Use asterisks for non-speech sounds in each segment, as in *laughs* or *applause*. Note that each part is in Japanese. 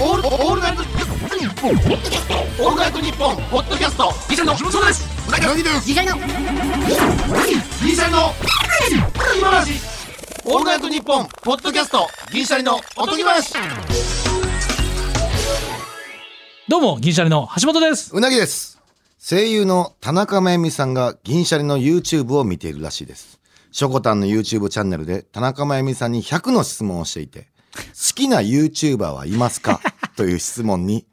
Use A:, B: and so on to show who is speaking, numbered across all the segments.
A: オールオールナイトニッポンオールナイトニッポンポッドキャストギシャリの木本そうですうなぎの
B: 次回の
A: ギシャリの今話オールナイトニッポンポッドキャストギシャリのおとぎ話
C: どうも、銀シャリの橋本です。
D: うなぎです。声優の田中真由美さんが銀シャリの YouTube を見ているらしいです。しょこたんの YouTube チャンネルで田中真由美さんに100の質問をしていて、好きな YouTuber はいますかという質問に、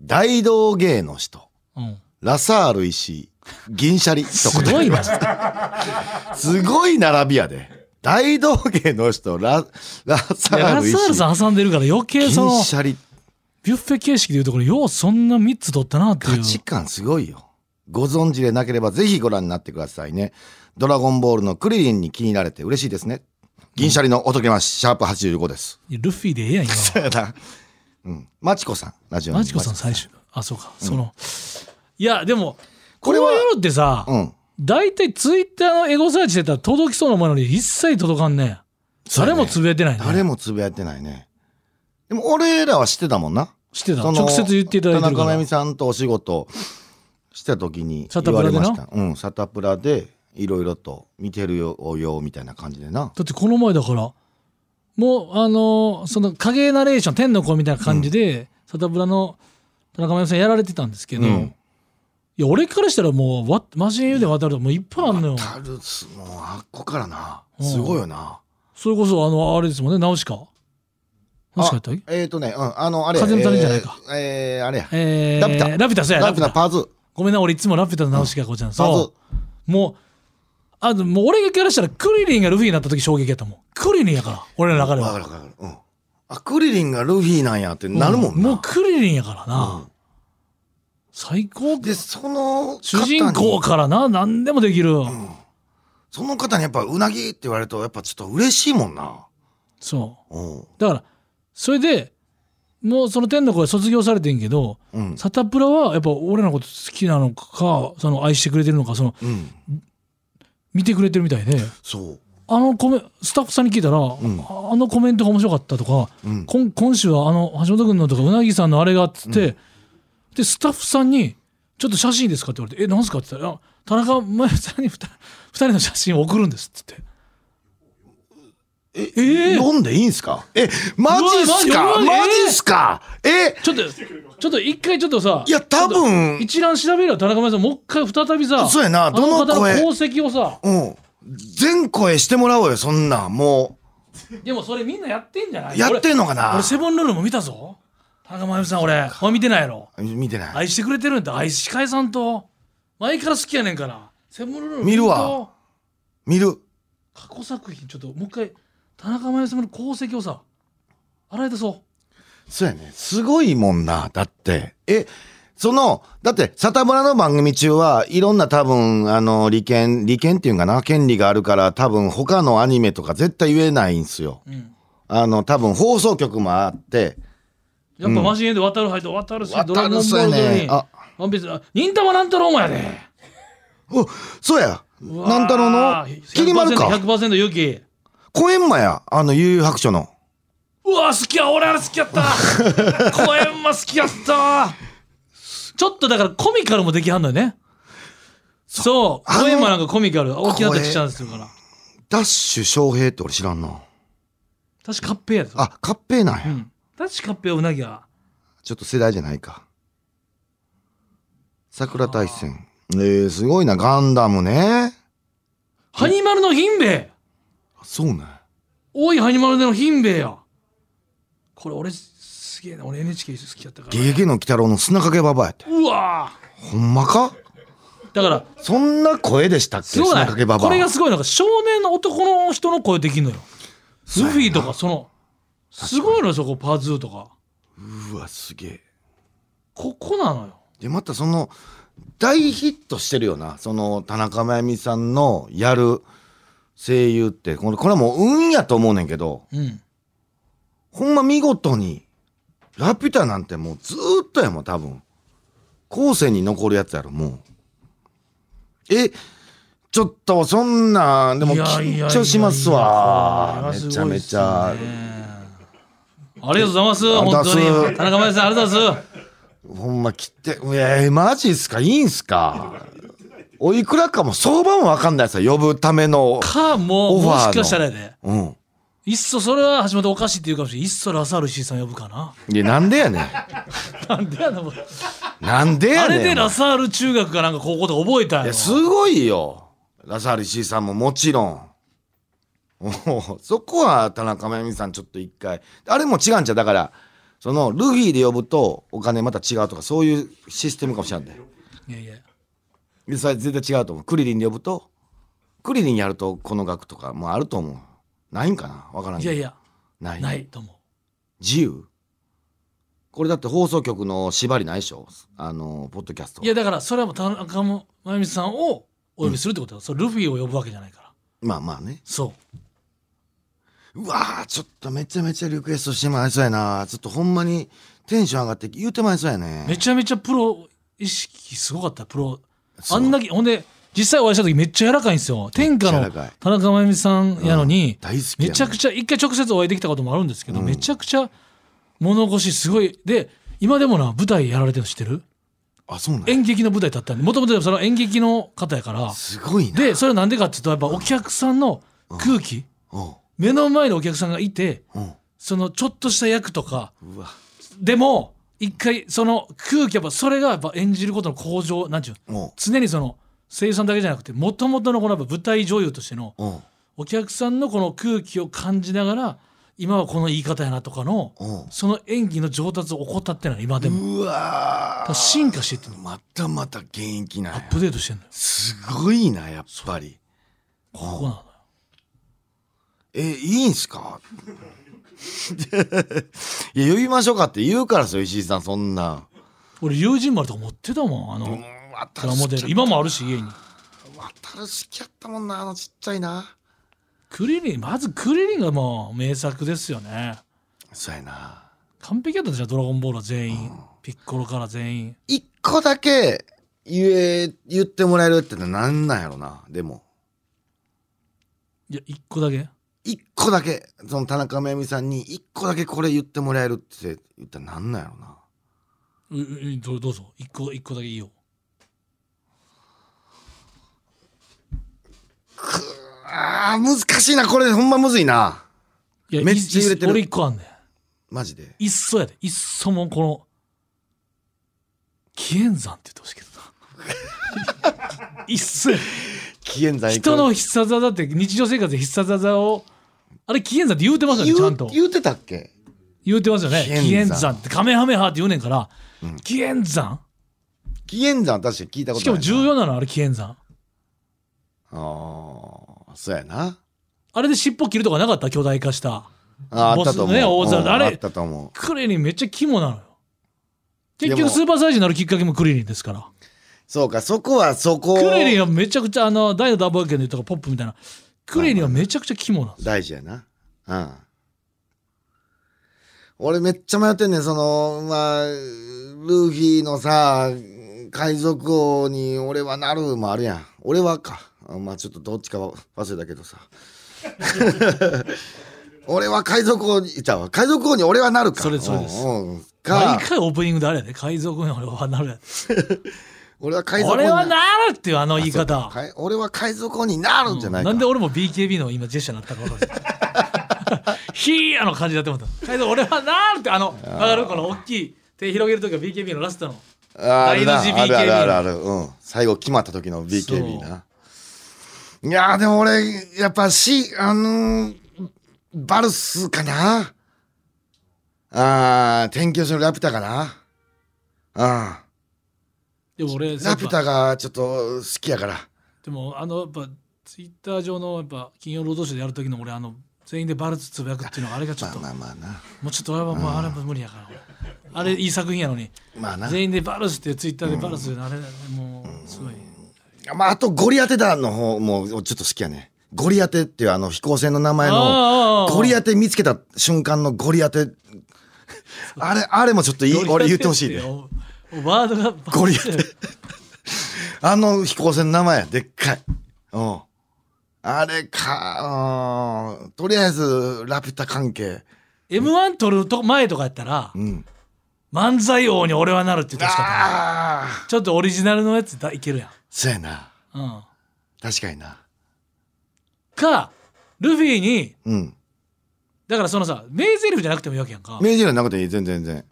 D: 大道芸の人、
C: うん。
D: ラサール石井、銀シャリと
C: す
D: 答
C: ご
D: え
C: い
D: ま
C: な
D: し。た。すごい並びやで。大道芸の人、ラ、ラサー
C: ラ
D: ル
C: サール
D: 石井、
C: さん挟んでるから余計
D: 銀シ
C: その、
D: ャリ
C: ビュッフェ形式でいうところ、ようそんな3つ取ったなってい
D: 価
C: う。
D: 値観すごいよ。ご存知でなければぜひご覧になってくださいね。ドラゴンボールのクリリンに気になれて嬉しいですね。銀シャリのおとけまし、シャープ85です。
C: *laughs* ルフィでええやん、今。
D: うん。マチコさん、ラジオの
C: マジコさん最。終。あ、そうか。その、いや、でも、こ
D: こ
C: れ
D: れ
C: は
D: は
C: やろってさ、
D: うん。
C: 大体ツイッターのエゴサーチしてたら届きそうなものに一切届かんね。
D: そう
C: 誰
D: やね
C: もつぶやいてないね。
D: 誰もつぶやいてないね。でも俺らは知ってたもんな。
C: 知ってた。
D: その
C: 直接言っていただいてる
D: 田
C: か
D: 中真
C: ら
D: 由。美さんとお仕事してた時に
C: サタ
D: 言
C: プ
D: わ
C: ラ
D: れ
C: でな
D: ました。うん、サタプラでいろいろと見てるよ、よみたいな感じでな。
C: だってこの前だからもうあのーその影ナレーション天の子みたいな感じで、サタブラの田中真由さんやられてたんですけど、
D: うん
C: いや俺からしたらもうわマシン湯で渡るともういっぱいあんのよ
D: タルスもうあっこからな。
C: うん
D: すごいよな。
C: それこそあのあれですもんねナウシカナウシカやったっけ
D: えっ、ー、とね、うん、あの、あれ
C: 風の谷じゃないか。
D: えーえーあれや。
C: えー、
D: ラピュタ
C: ラピュタそうや
D: ラピュタ
C: ラピュタ
D: パーズ。
C: ごめんな俺いつもラピュタとナウシカやこうちゃん、
D: パーズ
C: そ。うもうあのもう俺がからしたらクリリンがルフィになった時衝撃やったもんクリリンやから俺の中で
D: わか
C: は
D: るわかる。うん。あ、クリリンがルフィなんやってなるもんな。
C: もうクリリンやからな、最高
D: で、その方に、
C: 主人公からな何でもできる、
D: その方にやっぱうなぎって言われると、やっぱちょっと嬉しいもんな。
C: そ
D: うん。
C: うだからそれでもうその天の声卒業されてんけど、
D: うん。
C: サタプラはやっぱ俺らのこと好きなのかその愛してくれてるのかその
D: うん。
C: 見てくれてるみたいで
D: そう。
C: あのコメスタッフさんに聞いたら、ああのコメントが面白かったとか、
D: うん
C: こん今週はあの橋本君のとかうなぎさんのあれがっつって、でスタッフさんに「ちょっと写真いいですか?」って言われて「えなんすか?」って言ったらあ「田中真由さんに 2, 人の写真を送るんです」っつって。
D: え、
C: えー
D: 読んでいいんすかえ、マジっす
C: うわ
D: か
C: マジうわ
D: マジっすかえ、
C: ちょっと、ちょっと一回ちょっとさ、
D: いや、多分、
C: 一覧調べるよ、田中真由さん。もう一回再びさ、
D: そうやな
C: あの
D: ど
C: 方
D: の
C: の
D: 声
C: 功績をさ、
D: うん。全声してもらおうよ、そんなん。も
C: でもそれみんなやってんじゃな
D: う、
C: い
D: やってんのか
C: 俺
D: な
C: 俺、セブンルールも見たぞ。田中真由さん、俺、お前見てないやろ。
D: 見てない。
C: 愛してくれてるんだ、愛しかえさんと。前から好きやねんから。セブンルール
D: 見るわ。見る。
C: 過去作品、ちょっともう一回、田中真由さんの功績をさ、洗い出そう。
D: そうやね。すごいもんな。だって。え、その、だって、サタブラの番組中はいろんな多分、あの、利権、利権っていうんかな、権利があるから多分他のアニメとか絶対言えないんすよ。
C: うん
D: あの、多分放送局もあって、
C: やっぱマシンエンド渡るはいと渡るし、
D: 渡る
C: ドラゴンボ
D: そう
C: ー
D: や
C: ル
D: ね
C: に、
D: あ
C: ワンピース、あ忍たま乱太郎もやで、ね。
D: お、そうや。なん太郎の、きりまるか。
C: 100%ユキ
D: コエンマや。あの、悠々白書の。
C: うわ好きや俺あれ好きやった
D: *laughs*
C: 公園も好きやったちょっとだからコミカルもできはんのよねそう
D: あの
C: 公園もなんかコミカル大きなったちっちゃんでするから
D: ダッシュ翔平って俺知らんな。
C: 確かカッペやで
D: あ、カッペーなんや。
C: うん確かカッペはうなぎや
D: ちょっと世代じゃないか。桜大戦。えー、すごいな、ガンダムね。
C: ハニマルのヒンベイ
D: そうね。
C: おいハニマルのヒンベイやこれ俺すげえな俺 NHK 好きやったから
D: ゲゲの鬼太郎の砂かけババアやって。
C: うわ
D: ほんまか
C: だから
D: そんな声でしたっけ
C: すごい
D: 砂かけババア。
C: これがすごいのが少年の男の人の声できんのよルフィとかそのすごいのよそこパズーとか
D: うわ、すげえ。
C: ここなのよ
D: で、またその、大ヒットしてるよな。その、田中真由美さんのやる声優って、これこれはもう運やと思うねんけど、
C: うん
D: ほんま見事に、ラピュタなんてもうずーっとやもん、多分。後世に残るやつやろ、もう。え、ちょっと、そんな、でも
C: いやいやいやいや
D: 緊張しますわ
C: これ。は
D: め
C: す
D: ち
C: ご
D: ゃ
C: いっ
D: め
C: す
D: ち
C: ね
D: ゃ。
C: ありがとうございます。
D: りがと
C: 本
D: うご
C: 当
D: ざいます
C: に。田中真由さん、ありがとうございます。
D: ほんま切って、えー、マジっすかいいんすかおいくらかも相場もわかんないですよ。呼ぶための。
C: か、も
D: オ
C: う、
D: ファー
C: も
D: の
C: しかしたらやで。
D: うん。
C: いっそ、それは橋本おかしいって言うかもしれない。いっそラサール石井さん呼ぶかな。 *laughs*
D: いや、なんでやねん。
C: なんでやな、もう
D: なんで
C: あ
D: やねん。
C: れでラ
D: い
C: サール中学かなんか高校とか覚えたんや
D: や、
C: ろ
D: すごいよ。ラサール石井さんももちろん。もうそこは田中真由美さんちょっと一回。あれも違うんちゃうだから、その、ルフィで呼ぶとお金また違うとか、そういうシステムかもしれないんだよ。
C: いやいや。
D: でそれ絶対違うと思うクリリンで呼ぶとクリリンやるとこの額とかもうあると思うないんかなわからん
C: い
D: けど
C: やいや、
D: ない
C: ないと思う。
D: 自由これだって放送局の縛りないでしょあのポッドキャスト
C: いやだからそれはもう田中も真由美さんをお呼びするってことだ、それルフィを呼ぶわけじゃないから
D: まあまあね
C: そう
D: わーちょっとめちゃめちゃリクエストしてまいそうやなちょっとほんまにテンション上がって言うてまいそうや
C: うめ
D: ね
C: ちゃめちゃプロ意識すごかったプロ
D: そう
C: あんなきほんで実際お会いした時めっちゃ柔らかいんですよ天下
D: めっ
C: の
D: ちゃ柔らかい
C: 田中真由美さんやのに、
D: 大好きやね
C: めちゃくちゃ一回直接お会いできたこともあるんですけど、めちゃくちゃ物腰すごいで今でもな舞台やられてるの知ってる
D: あそうなんや
C: 演劇の舞台だったんでもともとその演劇の方やから
D: すごいな
C: でそれはなんでかっていうとやっぱお客さんの空気、
D: おう
C: 目の前にお客さんがいて、
D: うん
C: そのちょっとした役とか
D: うわ
C: でも一回その空気やっぱそれがやっぱ演じることの向上なんちゅう
D: おう
C: 常にその声優さんだけじゃなくてもともとのこのやっぱ舞台女優としての
D: おう
C: お客さんのこの空気を感じながら今はこの言い方やなとかの
D: おう
C: その演技の上達を怠ってない今で
D: う
C: も
D: わ
C: だか
D: ー
C: ら進化していってんの
D: またまた現役なん
C: ア
D: や
C: ップデートしてんのよ
D: すごいなやっぱり
C: ここなのよ
D: えいいんすか *laughs* いや呼びましょうかって言うからですよ石井さんそんな
C: 俺友人丸とか持ってたもんあ
D: う
C: の
D: ん私
C: プラモデル今もあるし家に
D: 私好きやったもんなあのちっちゃいな
C: クリリンまずクリリンがもう名作ですよね
D: そうやな
C: 完璧やったじゃん「ドラゴンボール」は全員、ピッコロから全員
D: 一個だけ言え言ってもらえるってのはなんなんやろなでも
C: いや一個だけ
D: 一個だけその田中真由美さんに一個だけこれ言ってもらえるって言ったらなんなんやろな
C: ううどうどうぞ一個一個だけいいよ
D: あー難しいなこれほんまむずいない
C: や
D: めっちゃ揺れてる
C: い俺一個あんねん
D: マジで
C: いっそやでいっそもうこの紀元山って言ってほしいけど
D: *laughs*
C: ないっそや
D: 紀元前
C: 人の必殺技って日常生活で必殺技をあれ紀元山って言うてますよね
D: 言う
C: ちゃんと
D: 言うてたっけ
C: 言うてますよね
D: 紀元山
C: 紀元山ってカメハメハって言うねんから、紀元山
D: 紀元山確かに聞いたこ
C: しか
D: と
C: も
D: ないな
C: 重要なのあれ紀元山
D: ああそうやな
C: あれで尻尾切るとかなかった巨大化した
D: あーあ
C: ボ
D: った
C: ス
D: と
C: の
D: 思う、
C: ね大皿
D: うん
C: あれ
D: あったと思う
C: クリリンめっちゃ肝なのよ結
D: でも
C: 局スーパーサイズになるきっかけもクリリンですから
D: そうかそこはそこ
C: クリリンはめちゃくちゃあの大のダーボーケンで言ったからポップみたいなクリリンはめちゃくちゃ肝なんです
D: 大事やなうん俺めっちゃ迷ってんねんそのまあルフィのさ海賊王に俺はなるもあるやん俺はかあまあちょっとどっちかは忘れたけど
C: *laughs*
D: さ俺は海賊王にちゃうわ海賊王に俺はなるか
C: それそれです
D: うんうんか
C: 毎回オープニングであれやね海賊に俺はなるやつ
D: 俺は海賊王に
C: 俺はなるっていうあの言い方
D: はい俺は海賊王になるんじゃないか、
C: なんで俺も BKB の今ジェスチャーになったか分かんないヒーヤの感じだって思った海賊俺はなるってあの分かるこの大きい手広げるときは BKB のラストの
D: ああるな
C: ING
D: あるあるあるある、うん、最後決まった時の BKB ないやーでも俺やっぱ C あのーバルスかなあー天気予報のラピュタかなあ
C: でも俺
D: ーラピュタがちょっと好きやから
C: でもあのやっぱツイッター上のやっぱ金曜ロードショーでやる時の俺あの全員でバルツつぶやくっていうのがあれがちょっ
D: まあ
C: と、
D: まあまあな
C: もうちょっと俺はもうあれは無理やから、俺あれいい作品やのに
D: まあな
C: 全員でバルツってツイッターでバルツってあれもうすごい、
D: まああとゴリアテ団の方もちょっと好きやねゴリアテっていうあの飛行船の名前
C: あ
D: の
C: あああ
D: ゴリアテ見つけた瞬間のゴリアテあれあれもちょっといい俺言ってほしいね
C: おおワードが
D: ゴリアテあの飛行船の名前や、でっかい。うん。あれか、うんとりあえず、ラピュタ関係。
C: え m 1取ると前とかやったら、
D: うん
C: 漫才王に俺はなるって言ってほしかっ
D: ああ
C: たちょっとオリジナルのやつだいけるや、
D: そうやなん
C: うん、
D: 確かにな
C: かルフィに
D: うん
C: だからそのさ名台詞じゃなくてもいいわけやんか
D: 明治の中でいい全然全然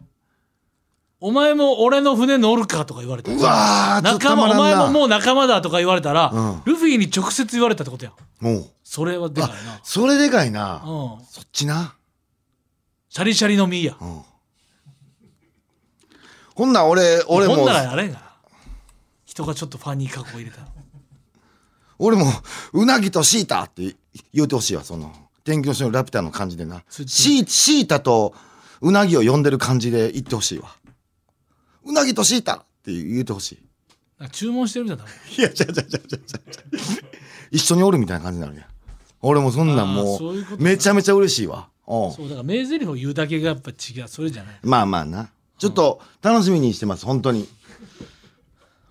C: お前も俺の船乗るかとか言われたら
D: うわーちょっとた
C: 仲間
D: ま
C: お前
D: ら
C: も
D: んな
C: もう仲間だとか言われたら、
D: うん
C: ルフィに直接言われたってことやん
D: もう
C: それはでかいな
D: それでかいな
C: うん
D: そっちな
C: シャリシャリの実や
D: うんほんなら俺俺
C: ほん
D: も
C: ならあれやな人がちょっとファニー加工入れたら
D: 俺もうなぎとシータって言うてほしいわその天気の人のラピュタの感じでな
C: そ
D: シ
C: っち
D: ーシータとうなぎを呼んでる感じで言ってほしいわうなぎとシータって言うてほしい
C: なんか注文してるみたいだ
D: いや、ちゃうちゃうちゃうちゃうちゃうちゃう。一緒におるみたいな感じになるやん。俺もそんなん
C: あ
D: も
C: ーそういうこ
D: う、
C: と
D: めちゃめちゃ嬉しいわ。うん
C: そうだから名台詞を言うだけがやっぱ違うそれじゃない
D: まあまあな。ちょっと楽しみにしてます、本当に。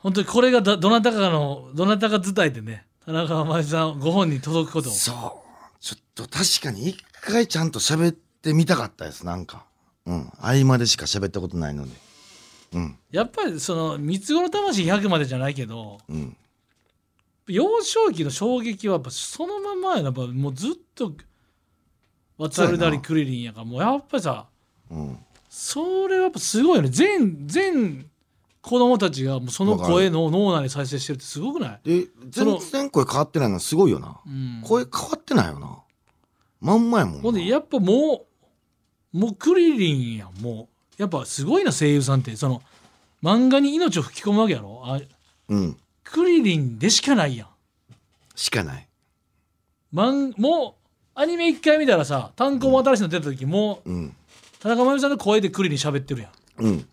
C: 本当にこれがだどなたかのどなたか伝えてね田中真由さんご本人届くことを
D: そう。ちょっと確かに一回ちゃんと喋ってみたかったです、なんか。うん。合間でしか喋ったことないので。うん。
C: やっぱりその三つ子の魂100までじゃないけど
D: うん。
C: 幼少期の衝撃はやっぱそのまんまやなやっぱもうずっと渡るなりクリリンやからもうやっぱりさ
D: うん。
C: それはやっぱすごいよね全全子供たちがもうその声の脳内に再生してるってすごくない、
D: で、
C: その
D: 全然声変わってないのすごいよな
C: う。ん、
D: 声変わってないよな。まんまやもんな。
C: ほんでやっぱもうもうクリリンやんもうやっぱすごいな声優さんってその漫画に命を吹き込むわけやろあ
D: うん。
C: クリリンでしかないやん
D: しかない。
C: 漫もうアニメ一回見たらさ単行本新しいの出た時もう
D: うん。
C: 田中真由美さんの声でクリリン喋ってるやん
D: うん。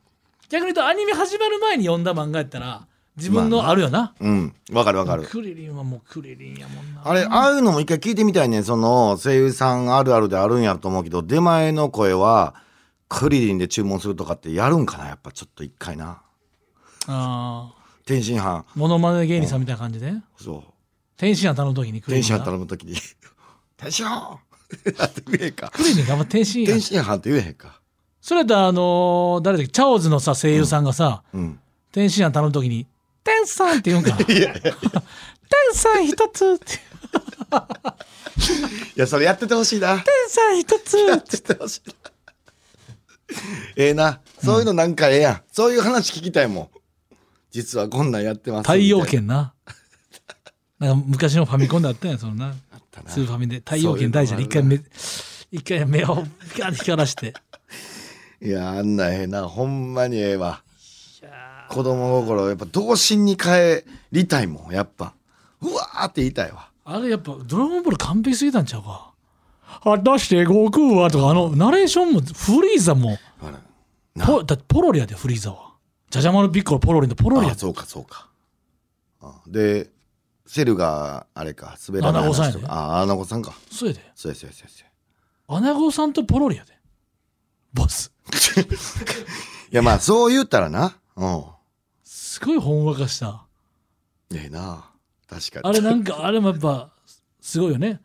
C: 逆に言うとアニメ始まる前に読んだ漫画やったら自分のあるよな、
D: うん。わかるわかる。
C: クリリンはもうクリリンやもんな
D: あれ、ああいうのも一回聞いてみたいね。その、声優さんあるあるであるんやと思うけど、出前の声は、クリリンで注文するとかってやるんかなやっぱちょっと一回な。
C: あ
D: 天津飯、
C: ーモノマネ芸人さんみたいな感じで
D: そ
C: 天津飯頼む時に
D: う。
C: クリリ
D: 天津飯
C: ンが
D: 頼むときに、天 *laughs* 津飯やって言えへんか。
C: クリリンがあんま天津
D: 天
C: 飯
D: 津飯って言えへんか。
C: それだったらあのー誰だっけチャオズのさ声優さんがさ、
D: うん。
C: 天津飯頼む時に「天さん」って
D: *laughs*
C: 言うんか「天さん一つ」って「
D: いや、それやっててほしいな。
C: 天さん一つ」
D: やっててほしいな。ええな。そういうのなんかええやん。そういう話聞きたいもん。実はこんなんやってます。
C: 太陽
D: みたい
C: 圏ななんか昔のファミコンだったんやそのな
D: な。
C: スーファミで太陽圏大事で一回目一回目をガーッて光らして
D: いやあんなええなほんまにええわ子供心やっぱ童心に帰りたいもんやっぱうわーって言いたいわ
C: あれやっぱドラゴンボール完璧すぎたんちゃうか果たして悟空はとかあのナレーションもフリーザも
D: あら
C: ポだってポロリやでフリーザはジャジャマルピッコロポロリのポロリや
D: あ
C: で
D: そうかそうかあでセルがあれか滑らない話と
C: 穴子さんや
D: か
C: で
D: あ穴子さんか
C: そうやで
D: そうやそうやそうやそうや
C: アナゴさんとポロリやでボス
D: *laughs* いやまあそう言ったらなうん
C: すごいほんわかした
D: ええな確かに
C: あれなんかあれもやっぱすごいよね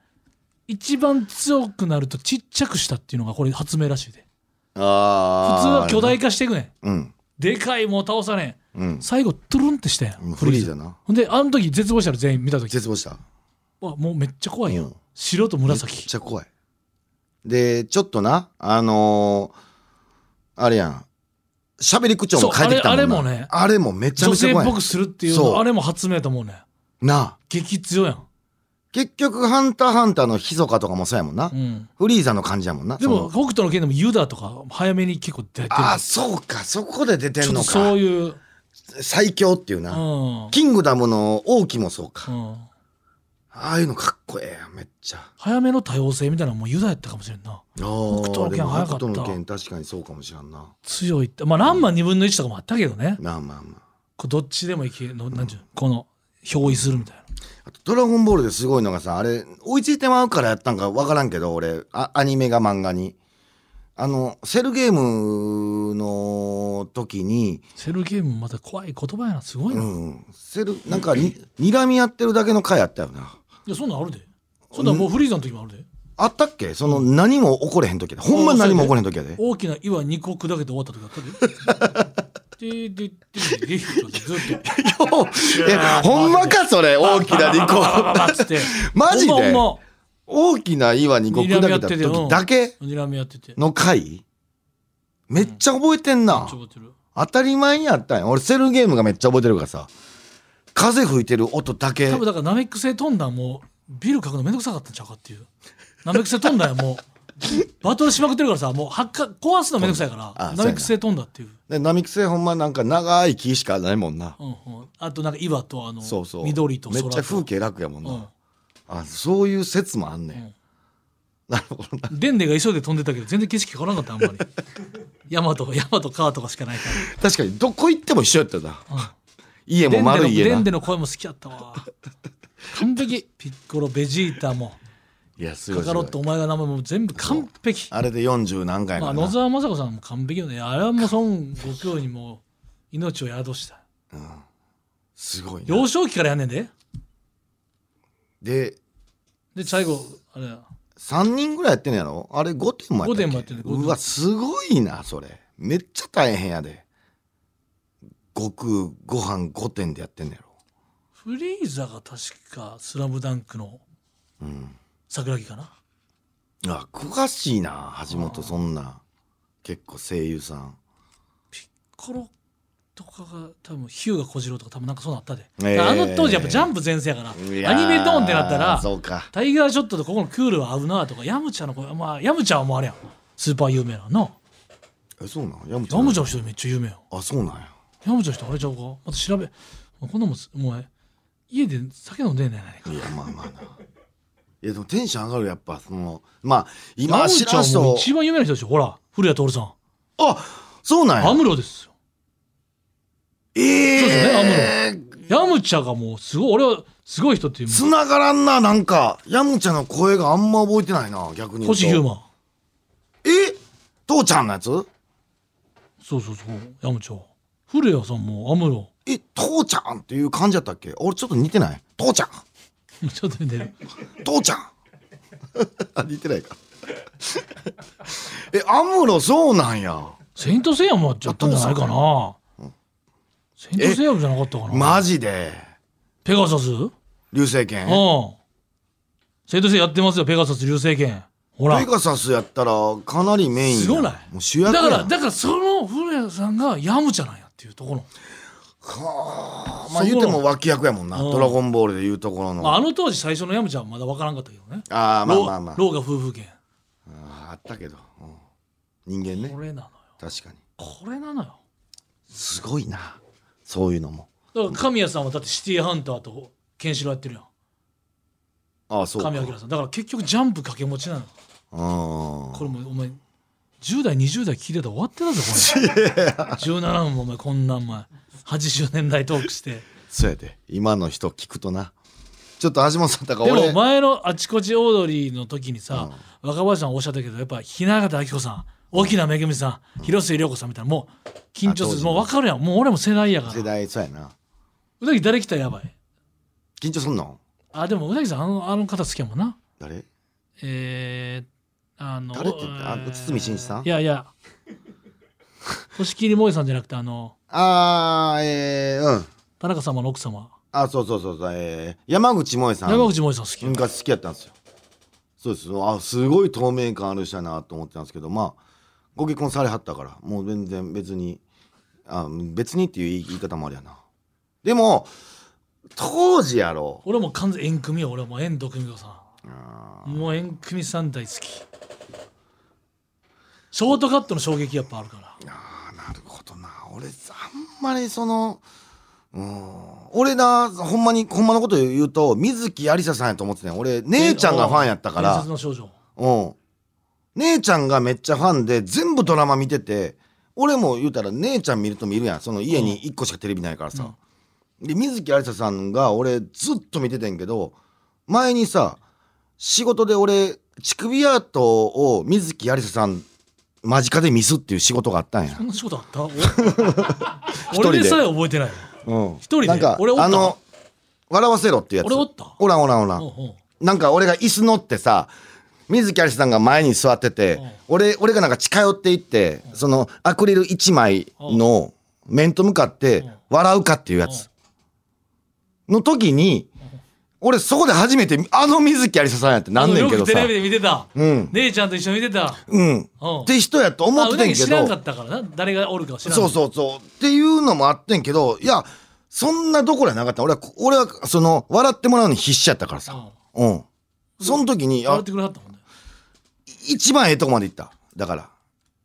C: 一番強くなるとちっちゃくしたっていうのがこれ発明らしいで普
D: *laughs* あー
C: 通は巨大化していくねん
D: うん
C: でかいもう倒さね
D: うん
C: ん最後トゥルンってしたや
D: うんん
C: フ
D: フリ
C: リ
D: ー
C: ー
D: だ
C: ザ
D: な
C: ほんであの時絶望したら全員見た時
D: 絶望した
C: わもうめっちゃ怖いよ、
D: うん
C: 白と
D: めっ
C: 紫
D: ちゃ怖いでちょっとなあのーあれやん喋り口調も変えてきたもんな
C: そうあれあれもね
D: あれもめちゃ
C: 女
D: めちゃ
C: 性っ
D: 怖い
C: ぽくするっていう
D: そう
C: のあれも発明だと思うね
D: なあ
C: 激強やん、
D: 結局「ハンターハンター」のひそかとかもそうやもんな、
C: うん、
D: フリーザの感じやもんな
C: でも
D: その
C: 北斗の拳でもユダとか早めに結構出てる
D: ああそうかそこで出て
C: ちょ
D: ん
C: っ
D: の
C: と
D: か
C: そういう、うん
D: 最強っていうな、キングダムの王騎もそうか、
C: うん、
D: ああいうのかっこええやんめっちゃ
C: 早めの多様性みたいなのもユダやったかもしれんな
D: 北斗
C: の拳早かった
D: 北斗の拳確かにそうかもしらんな
C: 強いってまあランマ2分の1とかもあったけどね、
D: まあまあまあ
C: こうどっちでもいけのなんちゅうこの憑依するみたいな
D: あとドラゴンボールですごいのがさ、あれ、追いついてまうからやったんかわからんけど、俺、あアニメが漫画に。あの、セルゲームの時に、
C: セルゲームまた怖い言葉やなすごいうな、い
D: ん、セル、なんかに、睨み合ってるだけの回あったよな。
C: やそんなんあるでそんなんもうフリーザの時もあるで
D: あったっけその何も起これへん時やでほんまに何も起これへん時やで
C: 大きな岩2個砕けて終わった時あったで。ででででずっと。
D: *laughs* えほんまかそれ大きな2個
C: *laughs* バッつって。
D: マジで
C: ほんまほん
D: 大きな岩にこう砕けた時だけ
C: ま。睨み合ってて。
D: の回めっちゃ覚えてんな
C: ちょぼてる。
D: 当たり前にあったんや俺セルゲームがめっちゃ覚えてるからさ風吹いてる音だけ
C: 多分だからナメック星飛んだんもうビル書くのめんどくさかったんちゃうかっていうナメック星飛んだんやもうバトルしまくってるからさもう発火壊すのめんどくさいか
D: あ
C: らナメック星飛んだっていう
D: で並木星ほんまなんか長い木しかないもんな
C: うんうん、あとなんか岩とあの
D: そうそう
C: 緑と
D: め
C: 空と
D: っちゃ風景楽やもんな、
C: うん
D: あそういう説もあんねん、なるほどな
C: デンデが急いで飛んでたけど全然景色変わらなかったあんまり山と山と川とかしかないか
D: 確かにどこ行っても一緒やったな、家
C: ら
D: も丸い
C: デ
D: 家
C: ンデのデ
D: な
C: ンデの声も好きやっ
D: *laughs*
C: たわ完璧ピッコロベジータも
D: いやすご
C: カ
D: いす
C: カ
D: ご
C: ロ
D: い
C: ットお前が名前も全部完璧
D: あれで40何回
C: ま
D: か
C: あ、
D: な、
C: 野沢雅子さんも完璧よねあれはもう孫悟空にもう命を宿した
D: すごいな
C: 幼少期からやんねんで
D: で
C: で最後あれや
D: 3人ぐらいやってんのやろあれ5点もやったっけ
C: 五点もやってんね五点
D: うわすごいなそれめっちゃ大変やで悟空ご飯5点でやってんのやろ
C: フリーザが確か「スラムダンクの桜木かな、
D: あ詳しいな橋本そんな結構声優さん
C: コロとかが多分ヒューが小次郎とか多分なんかそうなったで、
D: えー
C: あの当時やっぱジャンプ全盛やから
D: いや
C: アニメドーンってなったら
D: そうか
C: タイガーショットとここのクールは合うなとかヤムチャの子まあヤムチャはもうあれやんスーパー有名なのな
D: えそうなんヤムちゃ
C: ヤ
D: ん
C: ムチャの人めっちゃ有名よ
D: あそうなんや
C: 山ちゃん人あれちゃうかまた調べこんなもんすお前家で酒飲んでんねんやないか
D: いやまあまあないやでもテンション上がるやっぱそのまあ今
C: 山
D: 知
C: ち
D: ら
C: ゃ
D: ん
C: んはもう
D: 人
C: 一番有名な人でしょほら古谷徹さん
D: あそうなんや
C: アムロですよ
D: ええ
C: そうですよ
D: ー、
C: ヤムチャがもうすごい俺はすごい人っていう
D: つながらんななんかヤムちゃんの声があんま覚えてないな逆に言うと
C: 星ヒューマン
D: え父ちゃんのやつ
C: そうそうそうヤムチャ古谷さんもアムロ
D: え父ちゃんっていう感じやったっけ俺ちょっと似てない父ちゃん
C: ちょっと見てる
D: 父ちゃんあ *laughs* 似てないかえアムロそうなんや
C: セイントセイヤもやっちゃったんじゃないかなセイントセイヤもじゃなかったかな、
D: マジで
C: ペガサスうん
D: 流星剣
C: セイントセイヤやってますよペガサス流星剣ほら
D: ペガサスやったらかなりメインや
C: すごない
D: もう主役や
C: だ
D: ん
C: からだからその古谷さんがヤムチャなんやっていうところ
D: あまあ言うても脇役やもんな「
C: うん
D: ドラゴンボール」で言うところの、
C: まあ、あの当時最初のヤムちゃんはまだ分からんかったけどね。
D: ああまあまあまあ
C: ローが夫婦権。
D: あーあったけど、うん人間
C: こ
D: ね
C: れなのよ。
D: 確かに
C: これなのよ。
D: すごいなそういうのも
C: だから神谷さんはだってシティハンターとケンシロウやってるやん。
D: ああそうか
C: 神谷明さん。だから結局ジャンプ掛け持ちなの。
D: うん
C: これもうお前、10代、20代聞いてたら終わってたぞ、
D: *laughs*
C: これ。17分もお前こんなんお前、80年代トークして。
D: そうやで今の人聞くとなちょっと橋本さんだから
C: でも
D: 俺
C: 前のあちこちオードリーの時にさ、若林さんおっしゃったけど、やっぱ雛形明子さん、沖縄めぐみさん、広末涼子さんみたいな、もう緊張
D: あ当
C: す
D: 時
C: る。
D: の
C: もう分かるやん。もう俺も世代やから
D: 世。代そうやな
C: うなぎ誰来たらやばい
D: 緊張すんの
C: あでもうなぎさんあのあの方好きやもんな
D: 誰
C: えー、あの
D: 誰って言ったあ
C: えー
D: 堤真一さん
C: いや
D: *laughs*
C: いや星切萌えさんじゃなくてあの
D: あーえー、うん
C: 田中様の奥様
D: あそうそうそうそうえー、山口萌えさん
C: 山口萌えさん好き、
D: 昔好きやったんですよそうですあすごい透明感ある人やなと思ってたんですけどまあご結婚されはったからもう全然別にあ別にっていう言い言い方もあるやなでも当時やろ
C: 俺も完全縁組よ俺はもう遠藤久美子さんもう縁組さん大好きショートカットの衝撃やっぱあるから
D: あなるほどな俺あんまりそのうん俺なほんまにほんまのこと言うと水木有沙さんやと思ってたんや俺姉ちゃんがファンやったから
C: 伝説の少女
D: うん。姉ちゃんがめっちゃファンで全部ドラマ見てて俺も言うたら姉ちゃん見ると見るやんその家に1個しかテレビないからさ、で水木有沙さんが俺ずっと見ててんけど前にさ仕事で俺乳首アートを水木有沙さん間近で見すっていう仕事があったんや
C: こ、んな仕事あ
D: *laughs*
C: ったお俺でさえ覚えてないわ
D: うん、一
C: 人で
D: なんか
C: 俺おった
D: あの「笑わせろ」っていうやつ
C: 俺おった
D: おらんおらんおらん
C: うんうん
D: なんか俺が椅子乗ってさ水木有りさんが前に座ってて
C: うん、
D: 俺、俺がなんか近寄っていって、そのアクリル1枚の面と向かって
C: うん
D: 笑うかっていうやつの時に、俺そこで初めてあの水木有りさんやってなんねんけど
C: よく
D: さ
C: テレ。ビで見てた、
D: うん。
C: 姉ちゃんと一緒に見てた
D: うん。
C: うん
D: って人やと思っ
C: あ
D: て
C: うな
D: てん
C: ぎ
D: け
C: 知らんか
D: ど、
C: ったからな誰がおるかは知らん
D: そうそうそう。っていうのもあってんけど、いや、そんなどころやなかった。俺は、俺は、その、笑ってもらうのに必死やったからさ。
C: ん
D: うん。その時に、
C: 笑
D: あ
C: っ、てくれはったもんね
D: 一番ええとこまで行った。だから。
C: っ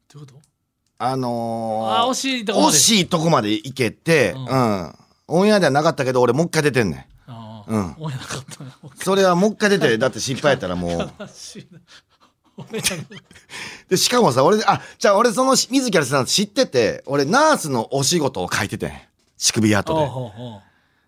C: てこと
D: あのー
C: あー惜しいとこま
D: 惜
C: で
D: しいとこまで行けて、う
C: う
D: んん、オンエアではなかったけど、俺もう一回出てんねん。
C: あ
D: う
C: あ
D: ん
C: 親なかったな *laughs* お
D: それはもう一回出 *laughs* て、だって失敗やったらもう。
C: かしいな
D: *laughs*
C: 親なかっ
D: で、しかもさ、俺、あ、じゃあ俺その水木有さん知ってて、俺ナースのお仕事を書いててん。乳首アー
C: た
D: ト
C: おう
D: で。
C: おうおう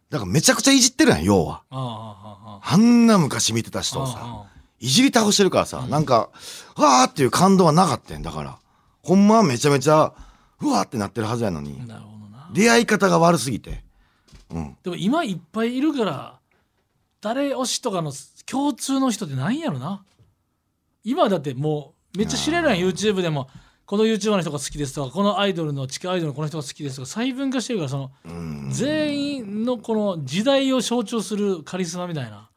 D: だからめちゃくちゃいじってるやん、要は。
C: ああああああ
D: あんな昔見てた人を
C: うんうん
D: さ、いじり倒してるからさ、なんか、わーっていう感動はなかったんだから。ほんまはめちゃめちゃ、うわーってなってるはずやのに、
C: なるほどな
D: 出会い方が悪すぎて。うん。
C: でも今いっぱいいるから誰推しとかの共通の人ってないんやろな今だってもうめっちゃ知れない YouTube でもこの YouTuber の人が好きですとかこのアイドルの地下アイドルのこの人が好きですとか細分化してるからその
D: うん。
C: 全員のこの時代を象徴するカリスマみたいな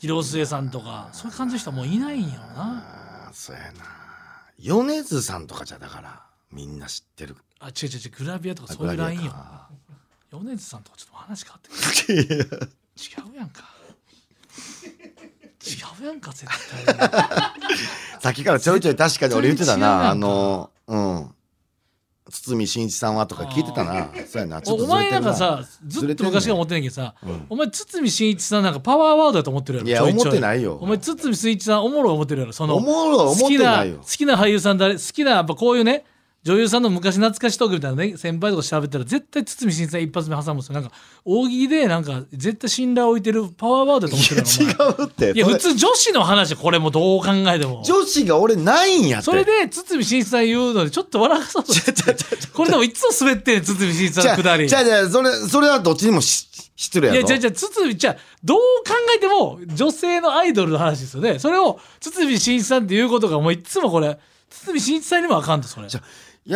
C: 広末さんとかそういう感じの人はもういないんやろな
D: あーそうやな米津さんとかじゃだからみんな知ってる
C: あ違う違う違うグラビアとかそういうラインよ
D: あ
C: 米津さんとかちょっと話変わって
D: グラビアか
C: くる違うやんか違うや
D: *laughs*
C: んか絶対
D: *laughs* さっきからちょいちょい確かに俺言ってたなあ
C: 全然違うやん
D: のうん堤真一さんはとか聞いてたなそうやなちょっと
C: おお
D: ずれ
C: 前
D: て
C: な
D: る
C: ん
D: な
C: かさずっと昔から思ってんねんけどさ、
D: うん
C: お前堤真一さんなんかパワーワードだと思ってるやろ
D: いや
C: ちょちょ
D: 思ってないよ
C: お前堤真一さんおもろい思ってるやろその
D: おもろい思
C: 好
D: っ
C: き
D: て
C: な
D: ない
C: 好
D: よ
C: きな俳優さん誰好きなやっぱこういうね女優さんの昔懐かしトークみたいなね先輩とか喋ったら絶対堤真一さん一発目挟むんですよなんか大喜利でなんか絶対信頼を置いてるパワーワードだと思ってるやろお
D: 違
C: 前
D: うって
C: いや
D: そ
C: 普
D: れ
C: 通女子の話これもどう考えても
D: 女子が俺ないんやって
C: それで堤真一さん言うのでちょっと笑かそうとしてこれでもいつも滑ってんねん堤真一
D: じ
C: さ
D: ゃ
C: んのくだり
D: あじゃあじゃあそれそれはどっちにもし失礼
C: い
D: や
C: や、
D: ろ
C: じゃあじゃあ、堤、じゃあどう考えても、女性のアイドルの話ですよね。それを、堤真一さんっていうことが、もういっつもこれ、堤真一さんにもあかんと、それ。い
D: じゃあ